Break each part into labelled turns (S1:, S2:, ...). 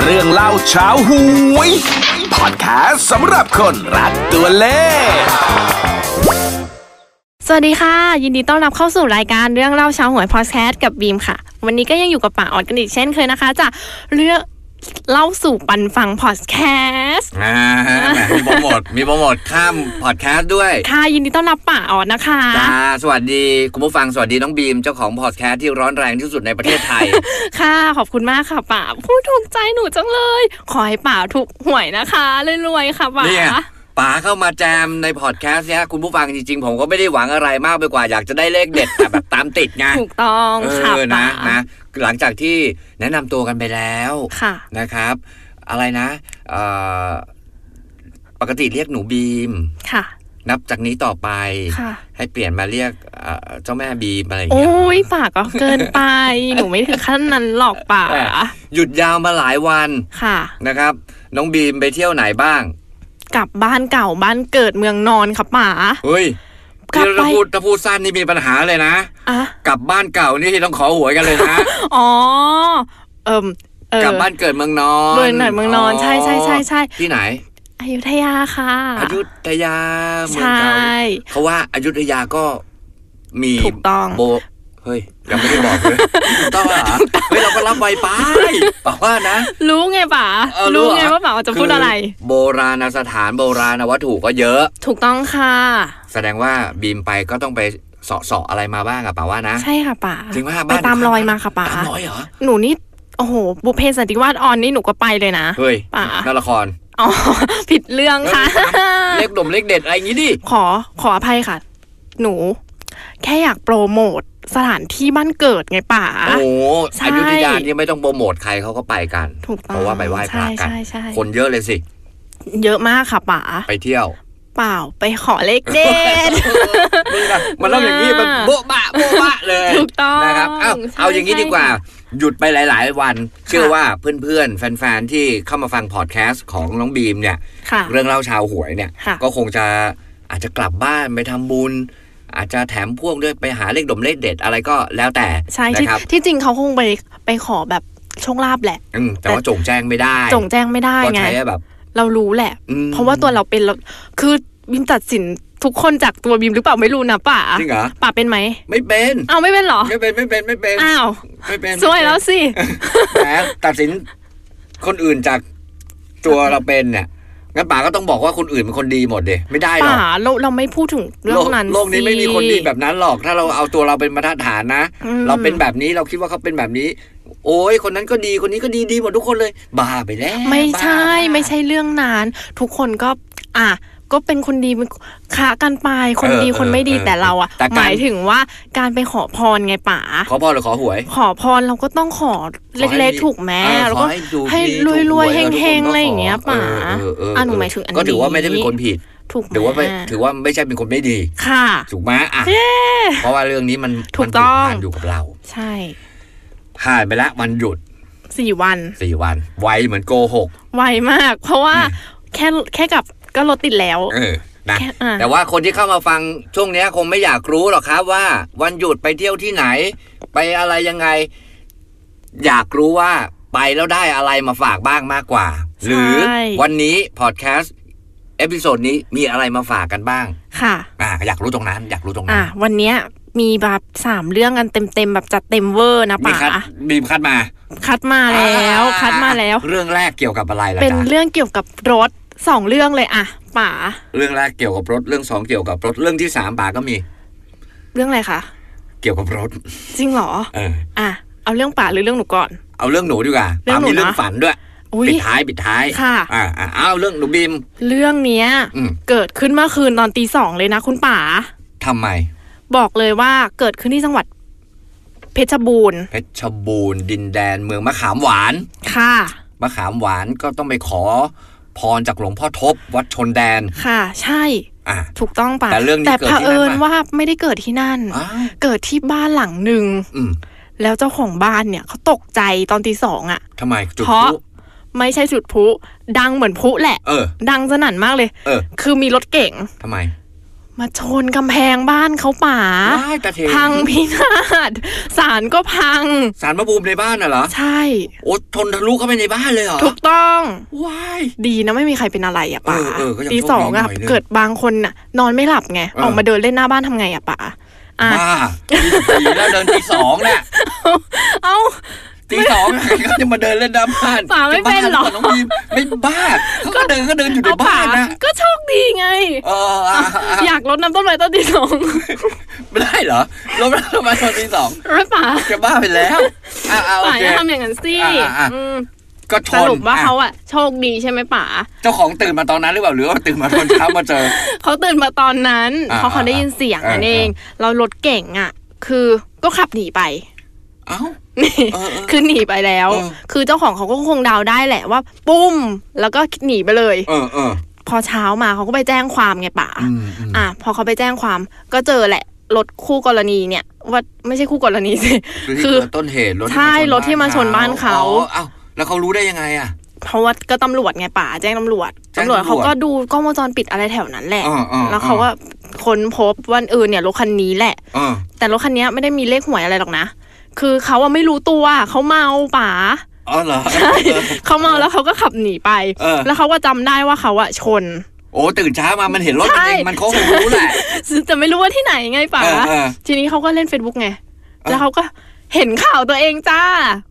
S1: เรื่องเล่าเช้าหวยพอดแคสต์สำหรับคนรักตัวเลข
S2: สวัสดีค่ะ ยินดีต้อนรับเข้าสู่รายการเรื่องเล่าเช้าหวยพอดแคสต์กับบีมค่ะ วันนี้ก็ยังอยู่กับป่าออดกันอีกเช่นเคยนะคะจากเรื่องเล่าสู่ปันฟังพอดแคสต์
S3: อ่ามีโปรโมท มีโปรโมทข้ามพอดแคสต์ด้วย
S2: ค่ะยินดีต้อนรับป่าออดนะคะ
S3: จ้าสวัสดี คุณผู้ฟัง สวัสดีน้องบีม เจ้าของพอดแคสต์ที่ร้อนแรงที่สุดในประเทศไทย
S2: ค่ะขอบคุณมากค่ะป่าพูดถูกใจหนูจังเลย ขอให้ป่าถูกหวยนะคะรวยๆค่ะป่า
S3: เนี่ยป๋าเข้ามาแจมในพอดแคสต์เนี่ยคุณผู้ฟังจริงๆ ผมก็ไม่ได้หวังอะไรมากไปกว่าอยากจะได้เลขเด็ด แต่แบบตามติดไง
S2: ถูกต้องค่ะ
S3: เออ
S2: ป่า
S3: นะนะหลังจากที่แนะนำตัวกันไปแล้ว
S2: ค่ะ
S3: นะครับ อะไรนะเอ่อปกติเรียกหนูบีม
S2: ค่ะ
S3: นับจากนี้ต่อไป
S2: ค่ะ
S3: ให้เปลี่ยนมาเรียกเอ่อเจ้าแม่บีมอะไรอย่าง
S2: โอ้ย
S3: เงี้ย
S2: ป่าก็เกิน ไป หนูไม่ถึงขั้นนั้นหรอกป่า
S3: แหม หยุดยาวมาหลายวัน
S2: ค่ะ
S3: นะครับ น้องบีมไปเที่ยวไหนบ้าง
S2: กลับบ้านเก่าบ้านเกิดเมืองนอนค่ะป๋า
S3: เฮ้ย
S2: กลับ
S3: ที่
S2: ไป
S3: ถ้าพูดถ้าพูดสั้นนี่มีปัญหาเลยนะ
S2: อ่ะ
S3: กลับบ้านเก่านี่ต้องขอหวยกันเลยนะ
S2: อ๋อ เอิ่ม เออก
S3: ลับบ้านเกิดเมืองนอน
S2: เมืองนอนเมืองนอนใช่ใช่ใช่ใช่
S3: ที่ไหน
S2: อยุธยาค่ะ
S3: อยุธยาเมือง
S2: ใช่
S3: เก่าเขาว่าอายุธยาก็มี
S2: ถูกต้อง
S3: โบเฮ้ยยังไม่ได้บอกเลย ถูกต้องเหรอเฮ้ยเราก็รับไว ไปบอกว่านะ
S2: รู้ไงป๋า
S3: เออรู้
S2: รู้
S3: เหรอ
S2: ไงว่าป๋าจะพูดอะไร
S3: คืโบราณสถานโบราณวัตถุก็เยอะ
S2: ถูกต้องค่ะ
S3: แสดงว่าบีมไปก็ต้องไปเสาะเสาะอะไรมาบ้างอะป่าว่านะ
S2: ใช่ค่ะป๋า
S3: จริงว่า
S2: ไป
S3: บ้าน
S2: ตามรอยมาค่ะป๋า
S3: ตามรอยเหรอ
S2: หนูนี่โอ้โห บุพเพสันติวาสออนนี่หนูก็ไปเลยนะ
S3: เฮ้ย
S2: ป่ะ
S3: นั่นละคร
S2: อ๋อ ผิดเรื่องค่ะ
S3: เลขดมเลขเด็ดอะไรอย่างงี้ดิ
S2: ขอขออภัยค่ะ หนู แค่อยากโปรโมทสถานที่บ้านเกิดไงป๋า
S3: โอ้โห
S2: ใช่
S3: อยุธยานี่ไม่ต้องโปรโมทใครเขาก็ไปกัน
S2: ถูกต้อง
S3: เพราะว่าไปไหว้พระกัน
S2: ใช่ใช่ใช่
S3: คนเยอะเลยสิ
S2: เยอะมากค่ะป๋า
S3: ไปเที่ยว
S2: เปล่าไปขอเลขเด็ ด
S3: นี่นะมันต้องอย่างนี้มันโบ๊ะบะโบ๊ะบะเลย
S2: ถูกต้อง
S3: นะครับ เอา
S2: ใช่
S3: เอาอย่างนี้ดีกว่า
S2: ใช่
S3: หยุดไปหลาย ๆ วัน เชื่อ
S2: ค่ะ
S3: ว่าเพื่อน ๆ แฟน ๆ ที่เข้ามาฟังพอดแคสต์ของน้องบีมเนี่ย
S2: ค่ะ
S3: เรื่องเล่าชาวหวยเนี่ย
S2: ค่ะ
S3: ก็คงจะอาจจะกลับบ้านไปทำบุญ อาจจะแถมพ่วงด้วยไปหาเลขดมเลขเด็ดอะไรก็แล้วแต่
S2: ใช่
S3: นะ
S2: ที่
S3: ครับ
S2: ที่จริงเขาคงไปไปขอแบบโชคลาภแหละ
S3: อืมแต่ว่าจงแจ้งไม่ได้
S2: จงแจ้งไม่ได้
S3: ก็
S2: ไง
S3: ใช้แบบ
S2: เรารู้แหละ
S3: อืม
S2: เพราะว่าตัวเราเป็นเราคือบิมตัดสินทุกคนจากตัวบิมหรือเปล่าไม่รู้นะป๋า
S3: จริงเหรอ
S2: ป๋าเป็นไหม
S3: ไม่เป็น
S2: เอาไม่เป็นเหรอ
S3: ไม่เป็นไม่เป็นไม่เป็น
S2: อ้าว
S3: ไม่เป็น
S2: สวยแล้วสิ
S3: แหมตัดสินคนอื่นจากตัวเราเป็นเนี่ยงั้นป๋าก็ต้องบอกว่าคนอื่นเป็นคนดีหมดเดยไม่ได้หร
S2: ป่า
S3: อก
S2: เราเราไม่พูดถึงเรื่
S3: โล
S2: อง
S3: ก
S2: นั้น
S3: โลกนี้
S2: สิ
S3: ไม่มีคนดีแบบนั้นหรอก ถ้าเราเอาตัวเราเป็นมาตรฐานนะ
S2: อืม
S3: เราเป็นแบบนี้เราคิดว่าเขาเป็นแบบนี้ โอ้ยคนนั้นก็ดีคนนี้ก็ดีดีหมดทุกคนเลยบ้าไปแล้ว
S2: ไม่ใช่
S3: บ้า
S2: ไม่ใช่เรื่องนั้นทุกคนก็ อ่ะ ก็เป็นคนดีมันค้ากันไปคน
S3: เออ
S2: ดีคนไม่ดี
S3: เออ
S2: แต่เราอ่ะ
S3: แต่การ
S2: หมายถึงว่าการไปขอพรไงป๋า
S3: ขอพรหรือขอหวย
S2: ขอพรเราก็ต้องขอ
S3: ขอให้
S2: เล็ก
S3: ดี
S2: ๆถูกแม้
S3: เออ
S2: แล้ว
S3: ขอ
S2: ก็
S3: ให้ดู
S2: ให้
S3: ดีถูก
S2: รวยๆ
S3: หทุกคน
S2: เฮงๆ
S3: ก็ข
S2: อะไรอย่างเงี้ยป๋า
S3: เออเ
S2: อ่ะหนูหมายถึงอันนี้
S3: ก็ถือว่าไม่ได้เป็นคนผิด
S2: ถูกแม้
S3: ถือว่าไม่ถือว่าไม่ใช่เป็นคนไม่ดี
S2: ค่ะ
S3: ถูกไหมอ่ะเพราะว่าเรื่องนี้มัน
S2: ถูก
S3: มัน
S2: ต้
S3: ผูก
S2: อง
S3: พันอยู่กับเรา
S2: ใช่
S3: ผ่านไปละวันหยุด
S2: สี่วัน
S3: สี่วัน ไวเหมือนโกหก
S2: ไวมาก เพราะว่าแค่แค่กลับก็รถติดแล้ว
S3: เออนะ
S2: แค่อ่ะ
S3: แต่ว่าคนที่เข้ามาฟังช่วงเนี้ยคงไม่อยากรู้หรอกครับว่า วันหยุดไปเที่ยวที่ไหน ไปอะไรยังไง อยากรู้ว่าไปแล้วได้อะไรมาฝากบ้างมากกว่า หรือวันนี้พอดแคสต์เอพิโซดนี้มีอะไรมาฝากกันบ้าง
S2: ค่ะ
S3: อ่ะอยากรู้ตรงนั้น อยากรู้ตรงนั้
S2: อ่ะ
S3: น
S2: วันเนี้ยมีแบบสามเรื่องกันเต็มๆแบบจัดเต็มเวอร์นะ
S3: มี
S2: ป๋า
S3: คัดบีมคัดมา
S2: คัดมาแล้วคัดมาแล้ว
S3: เรื่องแรกเกี่ยวกับอะไรล่ะ
S2: เป็น
S3: จ๊ะ
S2: เรื่องเกี่ยวกับรถสองเรื่องเลยอะป๋า
S3: เรื่องแรกเกี่ยวกับรถเรื่องสองเกี่ยวกับรถเรื่องที่สามป่าก็มี
S2: เรื่องอะไรคะ
S3: เกี่ยวกับรถ
S2: จริงเหรอ
S3: เออ
S2: อ่ะเอาเรื่องป๋าหรือเรื่องหนูก่อน
S3: เอาเรื่องหนูดีกว่า
S2: เรื่องหนู
S3: มีเรื่อง
S2: นะ
S3: ฝันด้วย
S2: อุ้ย
S3: ปิดท้ายปิดท้าย
S2: ค่ะ
S3: อ่าอ่าอ้าวเรื่องหนูบีม
S2: เรื่องเนี้ย
S3: อืม
S2: เกิดขึ้นเมื่อคืนตอนตีสองเลยนะคุณป๋า
S3: ทำไม
S2: บอกเลยว่าเกิดขึ้นที่จังหวัดเพชรบูรณ์
S3: เพชรบูรณ์ดินแดนเมืองมะขามหวาน
S2: ค่ะ
S3: มะขามหวานก็ต้องไปขอ พรจากหลวงพ่อทบ วัดชนแดน
S2: ค่ะ ใช่
S3: อ่ะ
S2: ถูกต้องป๋า
S3: แต่เรื่องนี้
S2: แต่
S3: เกิ
S2: เผ
S3: ดที่นั่น
S2: อิญ
S3: ปะ
S2: ว่าไม่ได้เกิดที่นั่น
S3: อ้าว
S2: เกิดที่บ้านหลังหนึ่ง
S3: อืม
S2: แล้วเจ้าของบ้านเนี่ยเขาตกใจตอนตีสองอ่ะ
S3: ทำไมจุด
S2: เพราะ
S3: พลุ
S2: ไม่ใช่จุดพลุดังเหมือนพลุแหละ
S3: เออ
S2: ดังสนั่นมากเลย
S3: เออ
S2: คือมีรถเก๋ง
S3: ทำไม
S2: มาชนกำแพงบ้านเขาป่า
S3: ว้ายตาเท
S2: พังพินาศสารก็พัง
S3: สารพระภูมิในบ้านน่ะเหรอ
S2: ใช่
S3: โอ้ทนทะลุเข้าไปในบ้านเลยเหรอ
S2: ถูกต้อง
S3: ว้าย
S2: ดีนะไม่มีใครเป็นอะไรอะป่า
S3: เออเออก็ยัง
S2: ตีสองอะ
S3: โชคดีหน่อยนึง
S2: เกิดบางคนน่ะ นอนไม่หลับไง
S3: เออ
S2: ออกมาเดินเล่นหน้าบ้านทำไงอะป่าอ่ะ
S3: บ้าตีแล้วเดินตีสองเนี่ย
S2: เอ้า
S3: ตีสอง ใครก็จะมาเดินเล่นน้ำบ้าน
S2: ป่าไม่เป็นหรอ
S3: จะบ้าน้องบีมไม่บ้าเขาก็เดินก็เดินอยู่ใน
S2: เอา
S3: บ้า
S2: ป่าน
S3: นะ
S2: ก็โชคดีไง
S3: เออ อ่ะอ่ะ
S2: อยากรดน้ำต้นไม้ต้นที่สอง
S3: ไม่ได้เหรอลงมาลงมาตอนตีสอง
S2: รถป่า
S3: จะบ้าไปแล้วอ่ะอ่ะโอ
S2: ป่า
S3: เค
S2: จะทำอย่างนั้นสิ
S3: อ่ะอ่ะอ่ะ
S2: อืม
S3: ก็ช
S2: ส
S3: น
S2: รุปว่า
S3: อ่ะ
S2: เขาอะโชคดีใช่ไหมป่า
S3: เจ้าของตื่นมาตอนนั้นหรือเปล่าหรือว่าตื่นมาตอนเช้ามาเจอ
S2: เขาตื่นมาตอนนั้น
S3: อ่ะ
S2: เพราะเขาได้ยินเสียง
S3: อ่ะ
S2: นั่น
S3: อ่ะ
S2: เอง เรารถเก่งอะคือก็ขับหนีไป
S3: เอ้า เออเออ
S2: คือหนีไปแล้ว
S3: เออ
S2: คือเจ้าของเขาก็คงเดาได้แหละว่า ปุ้ม แล้วก็หนีไปเลย
S3: เออเออ
S2: พอเช้ามาเขาก็ไปแจ้งความไงป่า
S3: อืมอืม
S2: อ่ะพอเขาไปแจ้งความก็เจอแหละรถคู่กรณีเนี่ยว่าไม่ใช่คู่กรณีสิ
S3: คือ
S2: คือ
S3: ที่เกิดต้นเหตุรถ
S2: ใช่รถที่มาชนบ้านเขา
S3: อ๋ออ้าวแล้วเขารู้ได้ยังไงอ่ะ
S2: เพราะว่าก็ตำรวจไงป่าแจ้งตำรวจ
S3: แจ้ง
S2: ตำ
S3: ตำ
S2: ร
S3: รว
S2: ว
S3: จ
S2: จเขาก็ดูกล้องวงจรปิดอะไรแถวนั้นแหละ
S3: อ่าอ่า
S2: แล้วเขาก็ค้นพบว่าเออเนี่ยรถคันนี้แหละ
S3: เออ
S2: แต่รถคันนี้ไม่ได้มีเลขหวยอะไรหรอกนะ คือเขาอะไม่รู้ตัวเขาเมาป่า
S3: อ๋อเหรอ
S2: เขาเมาแล้วเขาก็ขับหนีไป
S3: เออ
S2: แล้วเขาก็จำได้ว่าเขาอะชน
S3: โอ้ตื่นเช้ามามันเห็นรถมันเอง
S2: ใช่
S3: มันเขาคงรู้แหละ
S2: แต่ไม่รู้ว่าที่ไหนไงป่า
S3: เออเออ
S2: ทีนี้เขาก็เล่น Facebook ไง แล้วเขาก็เห็นข่าวตัวเองจ้า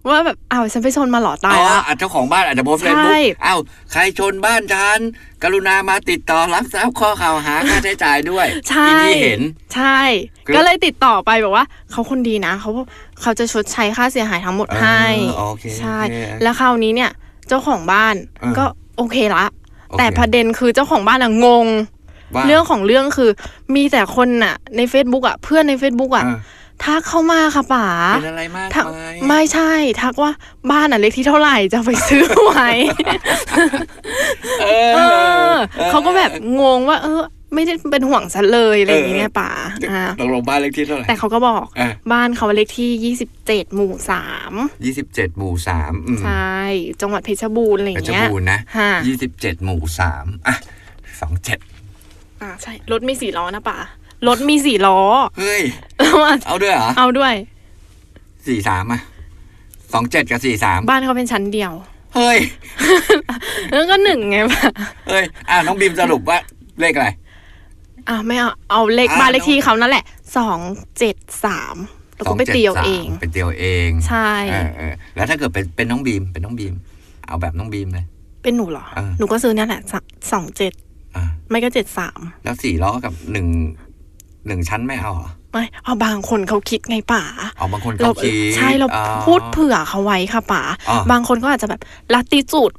S2: ว่าแบบอ้าวฉันไปชนมาเหรอตาย
S3: อ๋อ
S2: แล้ว
S3: อาจเจ้าของบ้านอาจจะโพสต์เฟ
S2: ใช่
S3: ซบุ๊กอ้าวใครชนบ้านฉันกรุณามาติดต่อรับทราบข้อข่าวหาค่าใช้จ่ายด้วย
S2: ใช่
S3: ที่เห็น
S2: ใช่
S3: คือ
S2: ก็เลยติดต่อไปบอกว่า เขาคนดีนะเขาเขาจะชดใช้ค่าเสียหายทั้งหมดให้
S3: เออโอเค
S2: ใช่
S3: โอเค
S2: แล้วคราวนี้เนี่ย เจ้าของบ้าน
S3: เออ
S2: ก็โอเคละ
S3: โอเค
S2: แต่ประเด็นคือเจ้าของบ้านอะงง
S3: ว่า
S2: เรื่องของเรื่องคือมีแต่คนน่ะ ใน Facebook อ่ะ เพื่อนใน Facebook อ่ะ
S3: เออ
S2: ทักเข้ามาค่ะป๋า
S3: เป็นอะไรมาก
S2: ทัก
S3: ไหม
S2: ไม่ใช่ ทักว่าบ้านอ่ะเล็กที่เท่าไหร่จะเอาไปซื้อไว้
S3: เอ
S2: เออ
S3: อออ
S2: เขาก็แบบงงว่า เออ ไม่ได้เป็นห่วงฉันเลยอะไรอย่างเงี้ยป๋าอ่า
S3: ตกลงบ้านเลขที่เท่าไหร่
S2: แต่เขาก็บอก
S3: อ่ะ
S2: บ้านเขาเลขที่ยี่สิบเจ็ดหมู่สาม
S3: ยี่สิบเจ็ดหมู่สามอืม
S2: ใช่จังหวัดเพชรบูรณ์อะไรอ
S3: เพ
S2: ย่าง
S3: ชร
S2: เงี้ย
S3: บูรณ์นะ
S2: ฮะ
S3: ยี่สิบเจ็ดหมู่สามอ่ะสองเจ็ด
S2: อ่าใช่รถมีสี่ล้อนะป๋ารถมีสี่ล้อ
S3: เฮ้ย
S2: แล้วอ่ะ
S3: เอาด้วยเหรอ
S2: เอาด้วย
S3: สี่สามอ่ะสองเจ็ดกับสี่สาม
S2: บ้านเขาเป็นชั้นเดียว
S3: เฮ้ย
S2: แล้วก็หนึ่งไงป่ะ
S3: เฮ้ย อ่ะ น้องบีมสรุปว่า เลขอะไร
S2: อ่าไม่เอา เอาเลข
S3: อ่า
S2: บ้านเลขที่เขานั่นแหละสองเจ็ดสามแล้วก็ไป
S3: 273
S2: เตียวเอง
S3: ไปเตียวเอง
S2: ใช่
S3: เออเออแล้วถ้าเกิดเป็นเป็นน้องบีมเป็นน้องบีม เอาแบบน้องบีมเลย
S2: เป็นหนูเหรอ
S3: เออ
S2: หนูก็ซื้อนั่นแหละสองเจ็ด
S3: อ่ะ
S2: ไม่ก็เจ็ดสาม
S3: แล้วสี่ล้อกับหนึ่งหนึ่งชั้นไม่เอาเหรอ
S2: ไม่เอาบางคนเขาคิดไงป๋า
S3: เอาบางคน
S2: เรา
S3: เขาคิด
S2: ใช่เรา
S3: อ๋อ
S2: พูดเผื่อเขาไว้ค่ะป๋า
S3: อ่า
S2: บางคนก็อาจจะแบบลัติจูด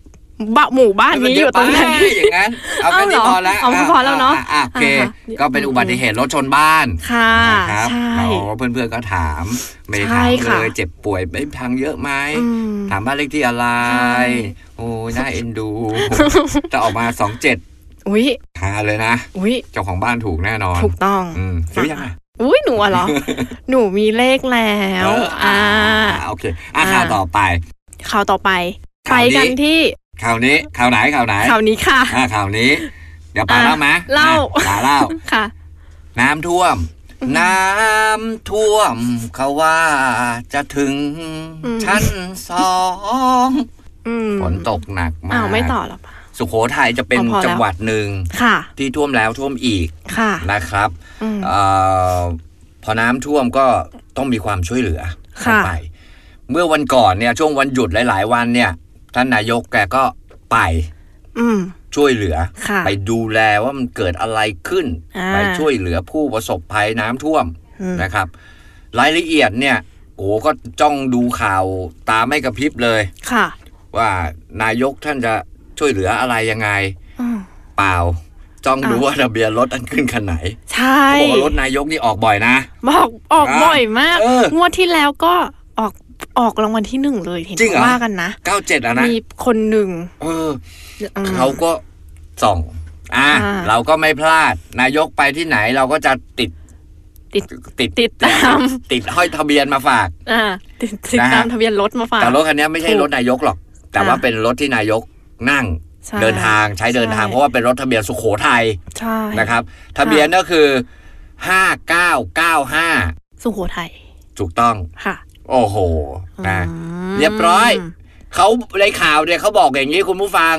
S2: บะหมู่บ้านนี้อยู่ตรงไหน
S3: เดี๋ยวไปอย่างนั้น เอาแค่นี้
S2: เอาเหรอ
S3: พอแล้ว
S2: เอาพอแล้วเนอะ
S3: อ่อ่โอเค
S2: อ่าฮะ
S3: ก็เป็นอุบัติเหตุรถชนบ้าน
S2: ค่ะ
S3: นะครับ
S2: ใช่
S3: เราเพื่อนๆก็ถามไม่ได้ถาม
S2: ใช่ค่ะ
S3: เลยเจ็บป่วยไปทางเยอะไหม
S2: อืม
S3: ถามบ้านเลขที่อะไร
S2: ใช่
S3: โอ้ยน่าเอ็นดู จะออกมาสองเจ็ด
S2: อุ้ย
S3: หาเลยนะ
S2: อุ้ย
S3: เจ้าของบ้านถูกแน่นอน
S2: ถูกต้อง
S3: อืมซื้อยังไง
S2: อุ้ยหนูอะเหร อ หนูมีเลขแล้ว
S3: เอออ่า
S2: อ่า
S3: โอเคอ่ะ
S2: อ่า
S3: ข่าวต่อไป
S2: ข่าวต่อไป ไป
S3: ข่าวนี้
S2: กันที่
S3: ข่าวนี้ข่าวไหนข่าวไหน
S2: ข่าวนี้ค่ะ
S3: อ่าข่าวนี้ เดี๋ยวป๋า
S2: อ่ะ
S3: เล่ามา
S2: เล่า
S3: อ่ะป๋าเล่า
S2: ค่ะ
S3: น้ำท่วม น้ำท่วม เขาว่าจะถึง
S2: อืม
S3: ชั้นสอง
S2: อืม
S3: ฝนตกหนักมา
S2: อ้าว
S3: ก
S2: ไม่ต่อหรอปะ
S3: สุโขทัยจะเป็น
S2: อ๋อพอแล้ว
S3: จังหวัดหนึ่ง
S2: ค่ะ
S3: ที่ท่วมแล้วท่วมอีก
S2: ค่ะ
S3: นะครับ
S2: อืม
S3: เออพอน้ำท่วมก็ต้องมีความช่วยเหลือ
S2: ค่ะ
S3: เข้าไป เมื่อวันก่อนเนี่ยช่วงวันหยุดหลาย ๆ วันเนี่ย ท่านนายกแกก็ไป
S2: อืม
S3: ช่วยเหลือ
S2: ค่ะ
S3: ไปดูแลว่ามันเกิดอะไรขึ้น
S2: อ่า
S3: ไปช่วยเหลือผู้ประสบภัยน้ำท่วม
S2: อืม
S3: นะครับ รายละเอียดเนี่ยโอ้โหก็จ้องดูข่าวตาไม่กระพริบเลย
S2: ค่ะ
S3: ว่านายกท่านจะช่วยเหลืออะไรยังไง
S2: อืม
S3: เปล่า จ้องดู
S2: อ่ะ
S3: ว่าทะเบียนรถอันขึ้นคันไหน
S2: ใช่
S3: เขาบอกว่ารถนายกนี่ออกบ่อยนะ
S2: บอกออก
S3: อ่ะ
S2: บ่อยมาก
S3: เออง
S2: วดที่แล้วก็ออกออกรางวัลที่หนึ่งเลยเห็น
S3: จริงเหรอ
S2: ว่ากันนะ
S3: 97แล้วนะ
S2: มีคนหนึ่ง
S3: เออ
S2: อืม
S3: เขาก็ส่องอ่ะ
S2: อ่า
S3: เราก็ไม่พลาด นายกไปที่ไหนเราก็จะติด
S2: ติด
S3: ติด
S2: ติดตาม
S3: ติดห้อยทะเบียนมาฝาก
S2: อ่าติดติด
S3: นะฮะ
S2: ตามทะเบียนรถมาฝาก
S3: แต่รถคันเนี้ยไม่ใช่
S2: ถูก
S3: รถนายกหรอก แต่ว่า
S2: อ่ะ
S3: เป็นรถที่นายกนั่ง
S2: ใช่
S3: เดินทางใช้เดินทาง
S2: ใช่
S3: เพราะว่าเป็นรถทะเบียนสุโขทัย
S2: ใช่
S3: นะครับทะเบียนก็คือ 5995
S2: สุโขทัย
S3: ถูกต้อง
S2: ค่ะ
S3: โอ้โหนะ
S2: อืม
S3: เรียบร้อย เขาในข่าวเนี่ยเขาบอกอย่างนี้คุณผู้ฟัง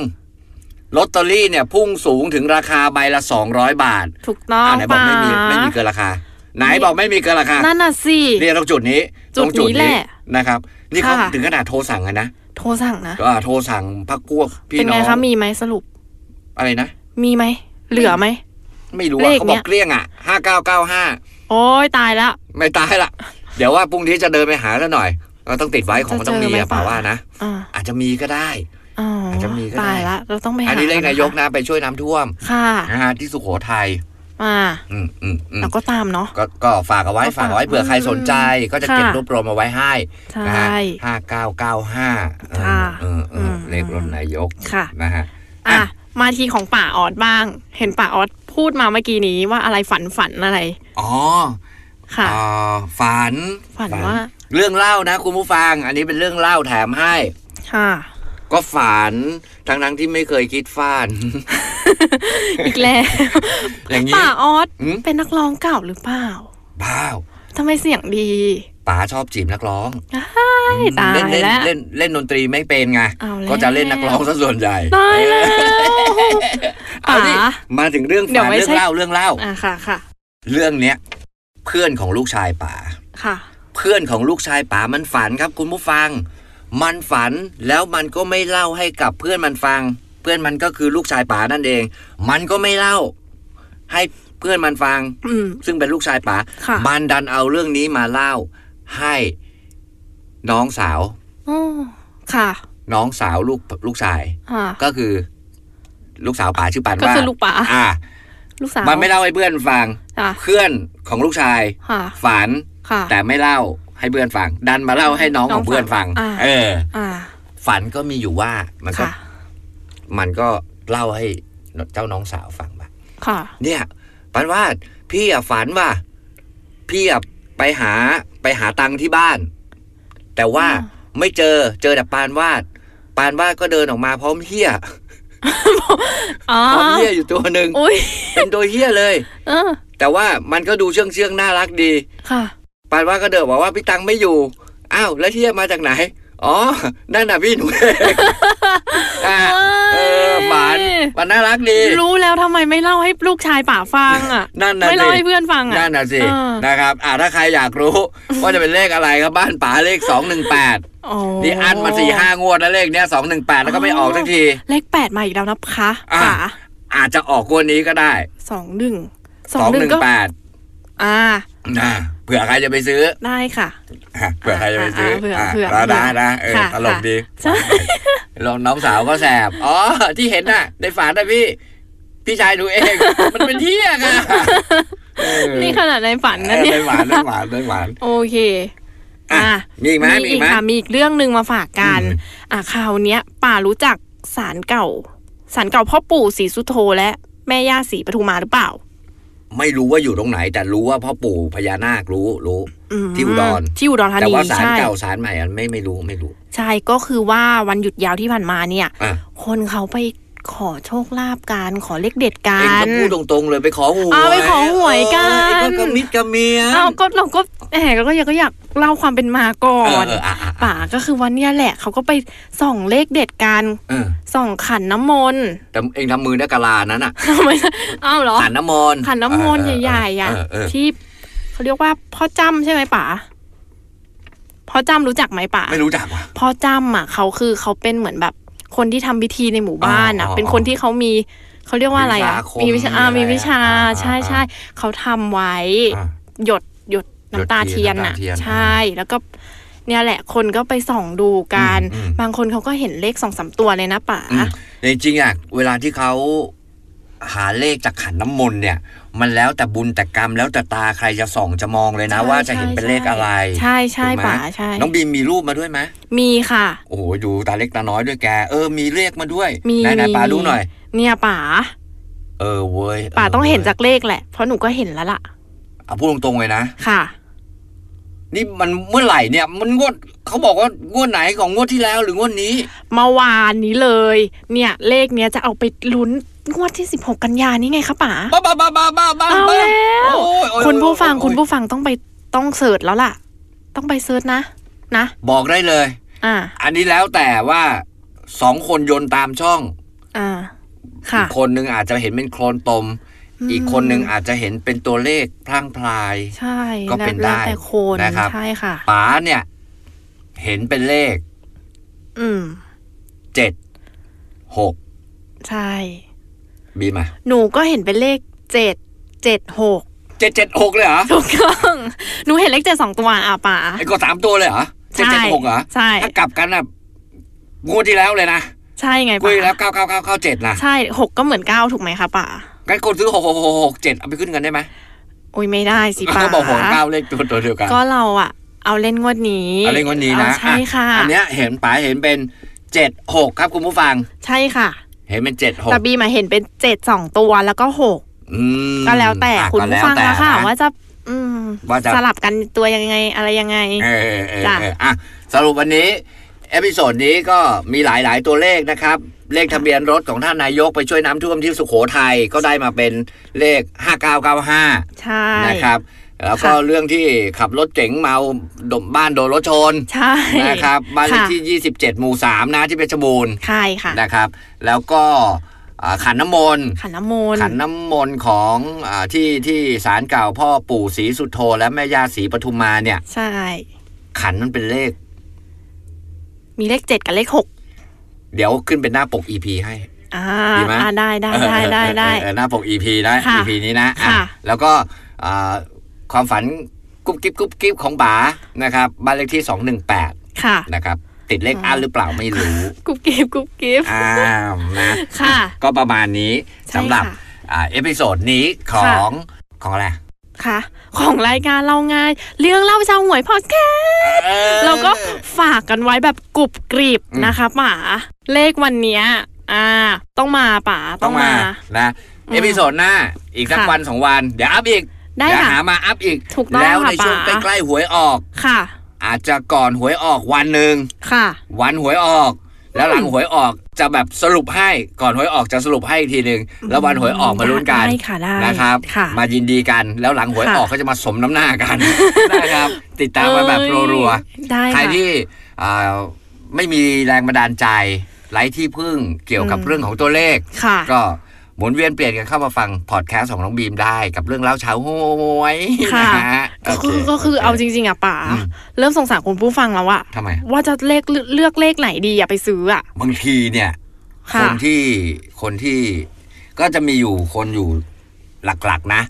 S3: ลอตเตอรี่เนี่ยพุ่งสูงถึงราคาใบละ 200 บาท
S2: ถูกต้อง
S3: อ่าไหนบอกไม่มี
S2: ปะ
S3: ไม่มีเกินราคา ไหนบอกไม่มีเกินราคา
S2: นั่นน่ะสิ
S3: เนี่ยตรงจุดนี้
S2: จุดนี้แหละ
S3: นะครับ นี่เขา
S2: ค่ะ
S3: ถึงขนาดโทรสั่งอะนะ
S2: โทรสั่งนะ
S3: ก็โทรสั่งพักพวกพี่
S2: เป็น
S3: น้
S2: ไง
S3: อง
S2: คะมีไหมสรุป
S3: อะไรนะ
S2: มีไหม เหลือไหม
S3: ไม่รู้อะ
S2: เลข
S3: เขา
S2: เนี่
S3: บอย กเกลี้ยงอ่ะห้าเก้าเก้าห้า
S2: โอ้ยตายละ
S3: ไม่ตายละเดี๋ยวว่าพรุ่งนี้จะเดินไปหาแล้วหน่อยเราต้องติดไว้ของมันต้องมี
S2: จะเจอไหม
S3: อะป่า
S2: ป่ะ
S3: ว่านะ
S2: อ่า
S3: อาจจะมีก็ได้
S2: อ๋ออา
S3: จจะมีก็ได้
S2: ตายละ เราต้องไปหา
S3: อันนี้เลขนายกนะไปช่วยน้ำท่วม
S2: ค่ะ
S3: นะฮะที่สุโขทัย
S2: มา
S3: อืมอืมอืม
S2: เราก็ตามเนาะ
S3: ก็ก็ฝากเอาไว้
S2: ก็ฝาก
S3: ฝากเอาไว้เผื่อใครสนใจ ก็จะ
S2: ค่ะ
S3: เก็บรวบรวมเอาไว้ให้
S2: ใช
S3: นะฮะ
S2: ่
S3: ห้าเก้าเก้าห้า
S2: ค่ะ
S3: เออเออเออ
S2: ม
S3: เลขรถนายก
S2: ค่ะ
S3: นะฮะ
S2: อ่ะ มาทีของป่าออดบ้าง เห็นป่าออดพูดมาเมื่อกี้นี้ว่าอะไรฝันฝันอะไร
S3: อ๋อ
S2: ค่ะ
S3: อ่าฝัน
S2: ฝันว่า
S3: เรื่องเล่านะคุณผู้ฟัง อันนี้เป็นเรื่องเล่าแถมให้
S2: ค่ะ
S3: ก็ฝันทั้งทั้งๆที่ไม่เคยคิดฝัน
S2: อีกแล้ว
S3: อย่างนี้
S2: ป่าออด
S3: หืม
S2: เป็นนักร้องเก่าหรือเปล่า
S3: บ้าว
S2: ทำไมเสียงดี
S3: ป๋าชอบจีบนักร้อง
S2: ไม่ตาย
S3: เล่นเล่น
S2: แล้ว
S3: เล่นเล่นดนตรีไม่เป็นไง
S2: เอาแล้ว
S3: ก็จะเล่นนักร้องซะส่วนใหญ่
S2: ตายแล้ว
S3: เอา
S2: ป่า
S3: ดิมาถึงเรื่อง
S2: เดี๋ยว
S3: ฝั
S2: นไม่
S3: เรื่อ
S2: ใช่
S3: งเล่าเรื่องเล่า
S2: อ่ะค่ะค่ะ
S3: เรื่องเนี้ยเพื่อนของลูกชายป๋า
S2: ค่ะ
S3: เพื่อนของลูกชายป๋ามันฝันครับคุณผู้ฟัง มันฝันแล้วมันก็ไม่เล่าให้กับเพื่อนมันฟัง เพื่อนมันก็คือลูกชายป๋านั่นเอง มันก็ไม่เล่า ให้เพื่อนมันฟัง
S2: อืม
S3: ซึ่งเป็นลูกชายป๋า
S2: ค่ะ
S3: มันดันเอาเรื่องนี้มาเล่าให้น้องสาว
S2: โอ้ค่ะ
S3: น้องสาวลูกลูกชาย
S2: อ่า
S3: ก็คือ ลูกสาวป๋าชื่อปัน
S2: ก็
S3: ว่า
S2: คือลูกป๋า
S3: อ่า
S2: ลูกสาว
S3: มันไม่เล่าให้เพื่อนฟัง
S2: อ่ะ
S3: เพื่อนของลูกชาย
S2: ค่ะ
S3: ฝัน
S2: ค่ะ
S3: แต่ไม่เล่าให้เพื่อนฟัง ดันมาเล่าให้น้อง
S2: น้
S3: ข
S2: อง
S3: องเพื่อนฟัง
S2: ฟังอ่า
S3: เออ
S2: อ่า
S3: ฝันก็มีอยู่ว่ามันก็
S2: ค่ะ
S3: มันก็เล่าให้เจ้าน้องสาวฟังว่า
S2: ค่ะ
S3: เนี่ยปันว่าพี่อะฝันว่า พี่อะไปหาไปหาตังค์ที่บ้าน แต่ว่า
S2: อ่
S3: ไม่เจอเจอแต่ปานวาด ปานวาดก็เดินออกมาพร้อมเฮีย
S2: อ๋อ
S3: พร้อมเฮียอยู่ตัวหนึ่ง
S2: อุ้ย
S3: เป็นตัวเฮียเลย
S2: เออ
S3: แต่ว่ามันก็ดูเชื่องเชื่องๆน่ารักดี
S2: ค่ะ
S3: ปานว่าก็เดินบอกว่าพี่ตังไม่อยู่ อ้าว แล้วเทียมาจากไหน อ๋อ นั่นน่ะ พี่หนูเองอ่ะเอ
S2: เอ้ย
S3: อปานปานน่ารักดี
S2: รู้แล้วทำไมไม่เล่าให้ลูกชายป่าฟังอ่ะ
S3: นั่นน่ะ
S2: ไม่
S3: สิ
S2: เล่าให้เพื่อนฟังอ่ะ
S3: นั่นน่ะสิ
S2: เออ
S3: นะครับ อ่าถ้าใครอยาก รู้ ว่าจะเป็นเลขอะไรครับ บ้านป๋าเลข 218
S2: โอ้
S3: นี่อันมาสี่ห้างวดแล้วเลขเนี้ย218 แล้วก็ไม่ออกสักที
S2: เลขแปดมาอีกแล้วนะคะ
S3: อ่ะ
S2: ป่า
S3: อาจจะออกงวดนี้ก็ได้
S2: สองหนึ่งก็
S3: 218
S2: อ่า
S3: นะเผื่อใครจะไปซื้อ
S2: ได้ค่ะ
S3: อ่ะเผื่อใครจะไปซื้อ
S2: เผื่อ
S3: อ่ะ
S2: เผื่อ
S3: แล้วนะนะเออ
S2: ค่ะ
S3: ตลกดี
S2: ใช่
S3: ลองน้องสาวก็แสบ อ๋อ ที่เห็นน่ะ ในฝันนะพี่ พี่ชายดูเอง มันเป็นเที่ยงอ่ะเออ
S2: นี่ขนาดในฝัน
S3: เอ
S2: นะ
S3: อ
S2: เนี่
S3: ใน
S2: ย
S3: ฝันในฝันในฝัน
S2: โอเค
S3: อ่ะ
S2: อ่ะ
S3: มีอีกไหมมีอีกไหม
S2: ค่ะมีอีกเรื่องหนึ่งมาฝากกัน
S3: อืม
S2: อ่ะคราวเนี้ยป่ารู้จักสารเก่าสารเก่าพ่อปู่ศรีสุโธและแม่ย่าศรีปทุมมาหรือเปล่า
S3: ไม่รู้ว่าอยู่ตรงไหน แต่รู้ว่าพ่อปู่พญานาครู้รู้
S2: อืม
S3: ที่อุดร
S2: ที่อุดรธา
S3: แต่
S2: นี
S3: ว่าสาร
S2: ใช่
S3: เก่าสารใหม่อันไม่ไม่รู้ไม่รู้
S2: ใช่ก็คือว่าวันหยุดยาวที่ผ่านมาเนี่ย
S3: อ่ะ
S2: คนเขาไปขอโชคลาภกันขอเลขเด็ดกั
S3: เอง
S2: น
S3: ก็พูดตรงๆเลยไปขอหวย
S2: อ่ะไปขอหวยกัน
S3: เออไอ้ก็กระมิดกระเมียน
S2: อ้าวก็เราก็แหมก็อยากก็อยากเล่าความเป็นมาก่อ
S3: เออน เอออ่ะอ่ะ
S2: ป่าก็คือวันเนี้ยแหละเขาก็ไปส่องเลขเด็ดกัน
S3: เออ
S2: ส่องขันน้ำมนต์
S3: แต่เองทำมือนักกะลานั้นอ่ะ
S2: ไม่ใช่อ้าวเหรอ
S3: ขันน้ำมนต์
S2: ขันน้ำมนต์
S3: เออ
S2: ใหญ่ๆอ่ะ
S3: เเเออ
S2: ที่เขาเรียกว่าพ่อจำใช่ไหมป๋าพ่อจำรู้จักไหมป๋า
S3: ไม่รู้จักว่ะ
S2: พ่อจำอ่ะเขาคือเขาเป็นเหมือนแบบ คนที่ทำพิธีในหมู่บ้านอ่ะ
S3: อ๋อ
S2: เป็นคนที่เขามีเขาเรียกว่าอะไรอ่ะ
S3: มี
S2: มี
S3: วิ
S2: วิชา
S3: ชาอาคม
S2: อ่ามีวิชา
S3: อะไรอ่ะ
S2: ใช่
S3: อ่า
S2: ใช่เขาทำไว้
S3: อ่ะ
S2: หยดหยดน้ำตาเทียน
S3: หยด
S2: อ่ะ
S3: เทียนน้ำตาเทียน
S2: ใช่ แล้วก็เนี่ยแหละ คนก็ไปส่องดูกัน
S3: อืมอืม
S2: บางคนเขาก็เห็นเลขสองสามตัวเลยนะป๋า
S3: อืมแต่จริงๆอ่ะเวลาที่เขาหาเลขจากขันน้ำมนต์เนี่ย มันแล้วแต่บุญแต่กรรมแล้วแต่ตาใครจะส่องจะมองเลยนะ
S2: ใช่
S3: ว่าจะเห็นเป็นเลขอะไร
S2: ใช่ใช่
S3: ถูกไหม
S2: ป๋าใช่
S3: น้องบีมมีรูปมาด้วยไหม
S2: มีค่ะ
S3: โอ้โหดูตาเล็กตาน้อยด้วยแก เออมีเลขมาด้วย
S2: มี
S3: ไหนไหน
S2: มี
S3: ปาดู
S2: มี
S3: หน่อย
S2: เนี่ยป๋า
S3: เออเว้ย
S2: ป่าต้องเห็น
S3: ว้ย
S2: จากเลขแหละ เพราะหนูก็เห็นแล้วล่ะ
S3: เอาพูดตรงๆเลยนะ
S2: ค่ะ
S3: นี่มันเมื่อไหร่เนี่ย มันงวดเขาบอกว่างวดไหนของงวดที่แล้วหรืองวดนี้
S2: เมื่อวานนี้เลย เนี่ยเลขเนี้ยจะเอาไปลุ้นงวดที่ 16 กันยานี่ไงคะป๋า
S3: บ้าบ้าบ้าบ้าบ้าบ้า
S2: เอา
S3: บ้า
S2: แล้ว
S3: โอ้ยโอ้ย
S2: คุณผู้ฟัง
S3: โอ้ย
S2: คุณผู้ฟังต้องไปต้องเสิร์ชแล้วล่ะ ต้องไปเสิร์ชนะ นะ
S3: บอกได้เลย
S2: อ่า
S3: อันนี้แล้วแต่ว่าสองคนโยนตามช่อง
S2: อ่า ค่ะ
S3: อีกคนหนึ่งอาจจะเห็นเป็นโคลนตม
S2: อืม
S3: อีกคนหนึ่งอาจจะเห็นเป็นตัวเลขพลางพลาย
S2: ใช่
S3: ก็เป็นได้
S2: แล้วแต่คน
S3: นะครับ
S2: ใช่ค่ะ
S3: ป๋าเนี่ย เห็นเป็นเลข
S2: อืม
S3: เจ็ดหก
S2: ใช่
S3: บีมา
S2: หนูก็เห็นเป็นเลขเจ็ดเจ็ดหก
S3: เจ็ดเจ็ดหกเลยเหรอ
S2: ถูกต้องหนูเห็นเลขเจ็ดสองตัวอ่ะป๋า
S3: ไอ้ก็สามตัวเลยเหรอเจ็ด
S2: ใช่
S3: เจ็ดหกเหรอ
S2: ใช่
S3: ถ้ากลับกันน่ะงวดที่แล้วเลยนะ
S2: ใช่ไง
S3: งวดที่แล้
S2: ป๋าว
S3: เก้าเก้าเก้าเก้าเจ็ดนะ
S2: ใช่หกก็เหมือนเก้าถูกไหมคะป๋า
S3: งั้นคนซื้อหกหกหกหกเจ็ดเอาไปขึ้นกันได้ไหม
S2: อุ้ยไม่ได้สิป๋า
S3: เขาบอกหกเก้าเลขตัวตัวเดียวกัน
S2: ก็เราอะเอาเล่นงวดนี้
S3: อะไรงวดนี้นะ
S2: เอาใช่ค่ะ
S3: อ่อันเนี้ยเห็นป๋าเห็นเป็นเจ็ดหกครับคุณผู้ฟัง
S2: ใช่ค่ะ
S3: เห็นเป็นเจ็ดหก
S2: แต่บีมาเห็นเป็นเจ็ดสองตัวแล้วก็หกก็แล้วแต่คุณผู้ฟัง
S3: แล้
S2: แล้ว ว
S3: แต่
S2: ค่ะ
S3: น
S2: ว่าจะ อืม
S3: ว่าจะ
S2: สลับกันตัวยังไงอะไรยังไง
S3: เออเออเออ
S2: จ้ะ
S3: เอออ่ะสรุปวันนี้ เอพิโซดนี้ก็มีหลายหลายๆตัวเลขนะครับ เลขทะเบียนรถของท่านนายกไปช่วยน้ำท่วมที่สุโขทัยก็ได้มาเป็นเลข 5995
S2: ใช่
S3: นะครับ แล้วก็เรื่องที่ขับรถเก๋งเมาดมบ้านโดนรถชน
S2: ใช่
S3: นะครับบ้านเลข
S2: ค่ะ
S3: ที่ 27 หมู่ 3 นะที่เพชรบูรณ์
S2: ใช่ค่ะ
S3: นะครับ แล้วก็อ่าขันน้ำมนต์
S2: ขันน้ำมนต์
S3: ขันน้ำมนต์ของอาที่ที่ศาลเก่าพ่อปู่ศรีสุโธและแม่ย่าศรีปทุมมาเนี่ย
S2: ใช่
S3: ขันมันเป็นเลข
S2: มีเลขเจ็ดกับเลขหก
S3: เดี๋ยวขึ้นเป็นหน้าปก EP ให้
S2: อ่า
S3: ดีไหม
S2: อ่าได้ได้ได้ได้ได้
S3: เออเออเออหน้าปก EP นะ
S2: ค่ะ
S3: EP นี้นะอ่ะ
S2: ค่ะ
S3: แล้วก็อ่าความฝันกุ๊บกิ๊บกุ๊บกิ๊บของป๋านะครับบ้านเลขที่ 218
S2: ค่ะ
S3: นะครับ ติดเลขอันหรือเปล่าไม่รู้
S2: กรุ๊บกริ๊บกรุ๊บกริ๊บ
S3: อ้าวนะ
S2: ค่ะ
S3: ก็ประมาณนี้
S2: ใช่
S3: สำหรับ
S2: ค่ะ
S3: อ่าเอพิโซดนี้ของของอะไร
S2: ค่ะ ของรายการเราไงเรื่องเล่าชาวหวยพอดแคสต์ เราก็ฝากกันไว้แบบกรุบกริบ
S3: อืม
S2: นะคะป๋าเลขวันเนี้ยอ่า ต้องมาป๋า
S3: ต้
S2: ต้
S3: อ
S2: อง ง
S3: มา
S2: มา
S3: นะเอพิโซดหน้าอีกสัก
S2: ค่ะ
S3: วันสองวัน เดี๋ยวอัพอีก
S2: ได้
S3: เยว
S2: ค่ะ
S3: หามาอัพอีก
S2: ถูกต้อง
S3: แล้ว
S2: ค่ะ
S3: ในช่วงใก
S2: ป๋า
S3: ล้ๆหวยออก
S2: ค่ะ
S3: อาจจะก่อนหวยออกวันหนึ่ง
S2: ค่ะ
S3: วันหวยออก แล้วหลังหวยออกจะแบบสรุปให้ก่อนหวยออกจะสรุปให้อีกทีหนึ่งแล้ววันหวยออกมาลุ้นกัน
S2: ได้ค่ะได้
S3: นะครับ
S2: ค่ะ
S3: มายินดีกันแล้วหลังหวย
S2: ค่ะ
S3: ออกก็จะมาสมน้ำหน้า กัน นะครับ ติดตามมาแบบรัวๆ
S2: ๆได้
S3: ใคร
S2: ค่ะ
S3: ที่อ่าไม่มีแรงบันดาลใจไร้ที่พึ่งเกี่ยวกับ
S2: อืม
S3: เรื่องของตัวเลข
S2: ค่ะ
S3: ก็หมุนเวียนเปลี่ยนกันเข้ามาฟังพอดแคสต์ของน้องบีมได้กับเรื่องเล่าเช้าหวย
S2: ค่ะ
S3: นะฮะ
S2: ก็คือ
S3: โ
S2: ก็คือเอาจ
S3: โ
S2: ริง ๆ อ่ะป๋า
S3: อืม
S2: เริ่มสงสารคุณผู้ฟังแล้วอะ
S3: ทำไม
S2: ว่าจะเลขเลือกเลขไหนดีอะไปซื้ออะ
S3: บางทีเนี่ย ค
S2: ค่ะ
S3: นที่คนที่ก็จะมีอยู่คนอยู่หลักๆนะ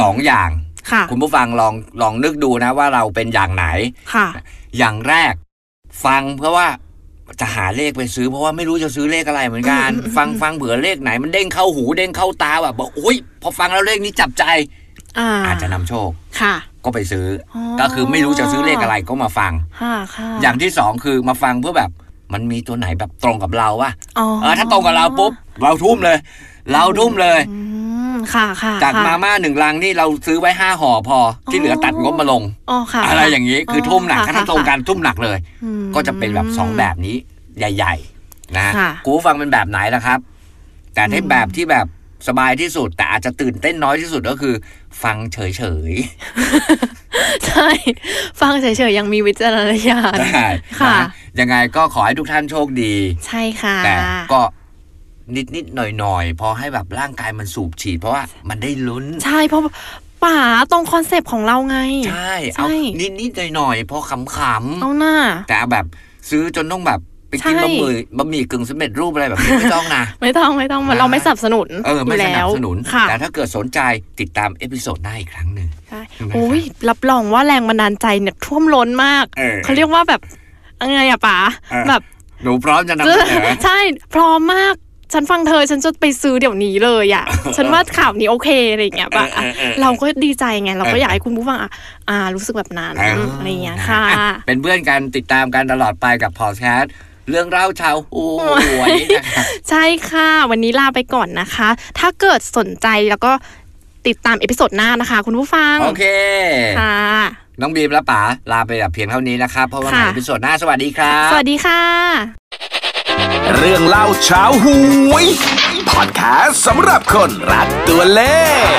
S3: สองอย่าง
S2: ค่ะ
S3: คุณผู้ฟังลองลองนึกดูนะว่าเราเป็นอย่างไหน
S2: ค่ะ
S3: อย่างแรกฟังเพราะว่าจะหาเลขไปซื้อ เพราะว่าไม่รู้จะซื้อเลขอะไรเหมือนกัน
S2: อืมอืมอืม
S3: ฟังฟังเผื่อเลขไหนมันเด้งเข้าหูเด้งเข้าตาแบบบอกอุ้ยพอฟังแล้วเลขนี้จับใจ
S2: อ่า
S3: อาจจะนำโชค
S2: ค่ะ
S3: ก็ไปซื้ออ
S2: อ
S3: ก็คือไม่รู้จะซื้อเลขอะไรก็มาฟัง
S2: ค่ะค่ะ
S3: อย่างที่สองคือมาฟังเพื่อแบบมันมีตัวไหนแบบตรงกับเราวะ
S2: อ๋อ
S3: เออถ้าตรงกับเราปุ๊บเราทุ่มเลย เราทุ่มเลย
S2: อืมค่ะค่ะ
S3: จาก
S2: ค่ะ
S3: มาม่าหนึ่งลังนี่เราซื้อไว้ห้าห่อพออ
S2: อ
S3: ที่เหลือตัดงบมาลง
S2: อ๋อค่ะ
S3: อะไรอย่างนี้คือทุ่มหนัก
S2: ค่ะ
S3: ถ้าตรงกันทุ่มหนักเลย
S2: อืม
S3: ก็จะเป็นแบบสองแบบนี้ใหญ่ ๆ นะ
S2: ค่ะ
S3: กูฟังเป็นแบบไหนล่ะครับ แต่ถ้าแบบที่แบบสบายที่สุด แต่อาจจะตื่นเต้นน้อยที่สุดก็คือ ฟังเฉย
S2: ใช่ ฟังเฉยๆ ยังมีวิจารณญาณ
S3: ๆได้
S2: ค่ะ
S3: นะยังไงก็ขอให้ทุกท่านโชคดี
S2: ใช่ค่ะ
S3: แต่ก็นิด ๆ หน่อย ๆ พอให้แบบร่างกายมันสูบฉีด เพราะว่ามันได้ลุ้น
S2: ใช่เพราะป่าตรงคอนเซปต์ของเราไง
S3: ใช่ เอา
S2: ใช่
S3: นิด ๆ หน่อย ๆ พอข
S2: เอา
S3: ำ
S2: หน้า
S3: ๆแต่แบบซื้อจนต้องแบบไปกิน
S2: ใช่
S3: บะหมี่บะหมี่กึ่งสำเร็จรูปอะไรแบบนี้ไม่ต้องนะ
S2: ไม่ต้องไม่ต้อง
S3: นะ
S2: เราไม่สนับสนุน
S3: เออไม่
S2: ยู่
S3: สนั
S2: แล้
S3: บ
S2: ว
S3: สนุน
S2: ค่ะ
S3: แต่ถ้าเกิดสนใจติดตามเอพิโซดหน้าอีกครั้งหนึ่ง
S2: ใช่
S3: นะครับ
S2: โอ้ยรับรองว่าแรงบันดาลใจเนี่ยท่วมล้นมาก
S3: เออ
S2: เขาเรียกว่าแบบยังไงอะป๋า
S3: เออ
S2: แบบ
S3: หนูพร้อมจะนำเสนอ
S2: ใช่พร้อมมาก ฉันฟังเธอฉันจะไปซื้อเดี๋ยวนี้เลย อะฉันว่าข่าวนี้โอเคอะไรอย่างเงี้ยป่ะ
S3: เออเออเออ
S2: เราก็ดีใจไงเราก็อยากให้คุณผู้ฟังอะอ่า รู้สึกแบบนั้นอะไรอย่างเงี้ยค่ะ
S3: อ่เป็นเพื่อนกันติดตามกันตลอดไปกับพอดแคสต์เรื่องเล่าชาวโอ้ยนะครับ
S2: ใช่ค่ะ วันนี้ลาไปก่อนนะคะ ถ้าเกิดสนใจแล้วก็ติดตามเอพิโซดหน้านะคะ คุณผู้ฟัง
S3: โอเค
S2: ค่ะ
S3: น้องบีมและป๋าลาไปแบบเพียงเท่านี้นะครับเพราะว่าใน
S2: ค่ะ
S3: พิโซดหน้าสวัสดีครับ
S2: สวัสดีค่ะ
S1: เรื่องเล่าเช้าหวย พอดแคสต์สำหรับคนรักตัวเลข